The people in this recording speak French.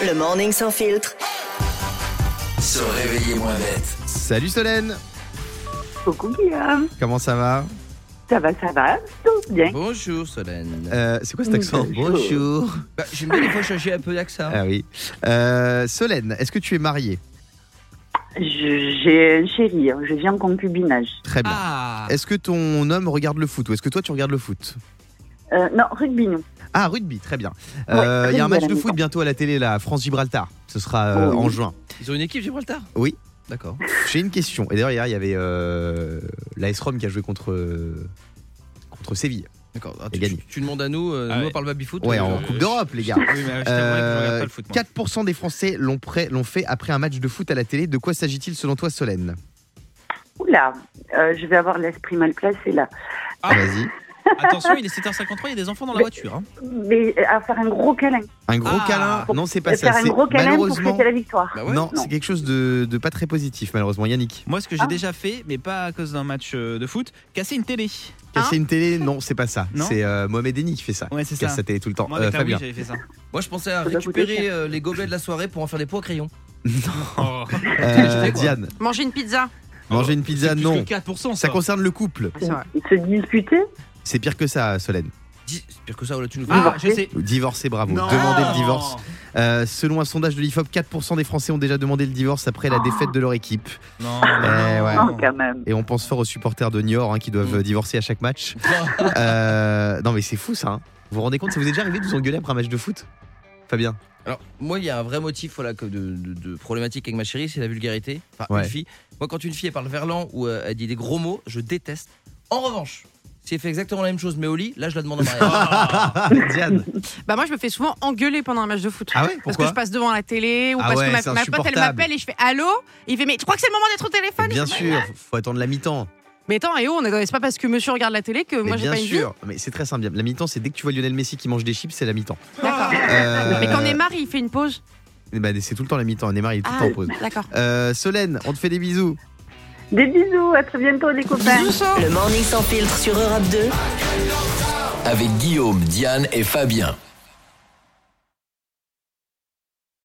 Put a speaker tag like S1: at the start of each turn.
S1: Le morning sans filtre.
S2: Se réveiller moins bête.
S3: Salut Solène,
S4: Coucou Guillaume,
S3: comment ça va
S4: ça va, ça va, tout bien.
S5: Bonjour Solène.
S3: Euh, C'est quoi cet accent Bonjour.
S5: Bah, J'aime bien des fois changer un peu d'accent.
S3: Ah oui. Euh, Solène, est-ce que tu es mariée
S4: Je- J'ai un chéri, hein, je vis en concubinage.
S3: Très bien.
S5: Ah,
S3: Est-ce que ton homme regarde le foot ou est-ce que toi tu regardes le foot
S4: Euh, non, rugby non.
S3: Ah, rugby, très bien.
S4: Ouais,
S3: Euh, Il y a un match
S4: rugby à la
S3: de
S4: mi-temps.
S3: foot bientôt à la télé, là, France-Gibraltar. Ce sera euh,
S4: Oh oui.
S3: en juin.
S5: ils ont une équipe Gibraltar
S3: Oui.
S5: D'accord.
S3: J'ai une question. Et d'ailleurs, hier, il y avait euh, l'AS Rome qui a joué contre, euh, contre Séville.
S5: D'accord. Ah,
S3: Et
S5: tu,
S3: gagné.
S5: tu- tu demandes à nous, euh,
S6: Ah
S5: nous
S6: ouais.
S5: on parle baby-foot.
S3: Ouais,
S5: euh,
S3: en
S6: euh,
S3: Coupe
S6: je-
S3: d'europe, les gars.
S6: Oui, mais je t'avouerai que je regarde pas le foot, moi.
S3: 4% des Français l'ont pré- l'ont fait après un match de foot à la télé. De quoi s'agit-il selon toi, Solène
S4: Oula, euh, je vais avoir l'esprit mal placé là.
S6: Ah.
S3: Vas-y.
S5: Euh,
S6: Attention, il est 7h53, il y a des enfants dans la voiture. hein.
S4: Mais euh, à faire un gros câlin,
S3: Un gros
S6: Ah.
S3: câlin. Non, c'est pas
S4: Euh,
S3: Bah, ça.
S4: faire un
S3: C'est
S4: gros câlin pour
S3: malheureusement.
S4: fêter la victoire.
S5: Bah ouais.
S3: non,
S4: Non.
S3: c'est quelque chose de, de pas très positif, malheureusement. Yannick,
S6: Moi, ce que j'ai
S4: Ah.
S6: déjà fait, mais pas à cause d'un match euh, de foot, casser une télé.
S3: casser une télé, non, c'est pas ça.
S6: Non
S3: C'est euh, Mohamed Denis qui fait ça.
S6: Ouais, c'est
S3: Casse
S6: ça.
S3: sa télé tout le temps.
S6: Moi,
S3: Euh,
S6: avec la Wii,
S3: Fabien.
S6: j'avais fait ça.
S5: Moi je pensais à
S4: Ça doit coûter
S5: récupérer euh, les gobelets de la soirée pour en faire des pots à crayon.
S6: Oh.
S3: Euh,
S5: Je fais quoi
S3: Diane,
S7: Manger une pizza
S3: manger une pizza,
S6: C'est plus
S3: non.
S6: que 4%,
S3: Ça
S6: ça.
S3: concerne le couple.
S7: Ah, C'est vrai.
S4: Se disputer,
S3: C'est pire que ça, Solène.
S5: Dis- c'est Pire que ça, oh là, tu nous fais.
S6: Ah, je sais.
S3: Divorcer, bravo.
S6: Non.
S3: Demandez le divorce. Euh, selon un sondage de l'IFOP, 4% des Français ont déjà demandé le divorce après la défaite de leur équipe.
S6: Non.
S3: Eh ouais.
S4: non, Oh, quand même.
S3: Et on pense fort aux supporters de Niort hein, qui doivent
S5: Mm.
S3: divorcer à chaque match. Euh, non, mais c'est fou ça. hein. Vous vous rendez compte, ça vous est déjà arrivé de vous engueuler après un match de foot Fabien
S5: Alors, moi, il y a un vrai motif voilà, que de, de- de problématique avec ma chérie, c'est la vulgarité. Enfin,
S3: Ouais.
S5: une fille. Moi, quand une fille elle parle verlan ou euh, elle dit des gros mots, je déteste. En revanche, si elle fait exactement la même chose, mais au lit, là, je la demande en mariage.
S3: Diane
S7: Bah moi je me fais souvent engueuler pendant un match de foot.
S3: Ah ouais
S7: parce que
S3: Pourquoi
S7: je passe devant la télé ou
S3: Ah
S7: parce
S3: ouais,
S7: que
S3: c'est
S7: ma, ma pote elle
S3: insupportable.
S7: m'appelle et je fais allô Il fait mais tu crois que c'est le moment d'être au téléphone
S3: Bien sûr, faut attendre la mi-temps.
S7: Mais attends, et oh, on est- c'est pas parce que monsieur regarde la télé que
S3: Mais
S7: moi j'ai
S3: bien
S7: pas une vie.
S3: sûr, mais c'est très simple. La mi-temps, c'est dès que tu vois Lionel Messi qui mange des chips, c'est la mi-temps.
S7: D'accord.
S3: Euh,
S7: Mais quand Neymar il fait une pause.
S3: eh ben, c'est tout le temps la mi-temps. Neymar, il est tout le
S7: Ah.
S3: temps en pause.
S7: D'accord.
S3: Euh, Solène, on te fait des bisous.
S4: Des bisous, à très bientôt les copains.
S1: Le morning sans filtre sur Europe 2.
S2: Avec Guillaume, Diane et Fabien.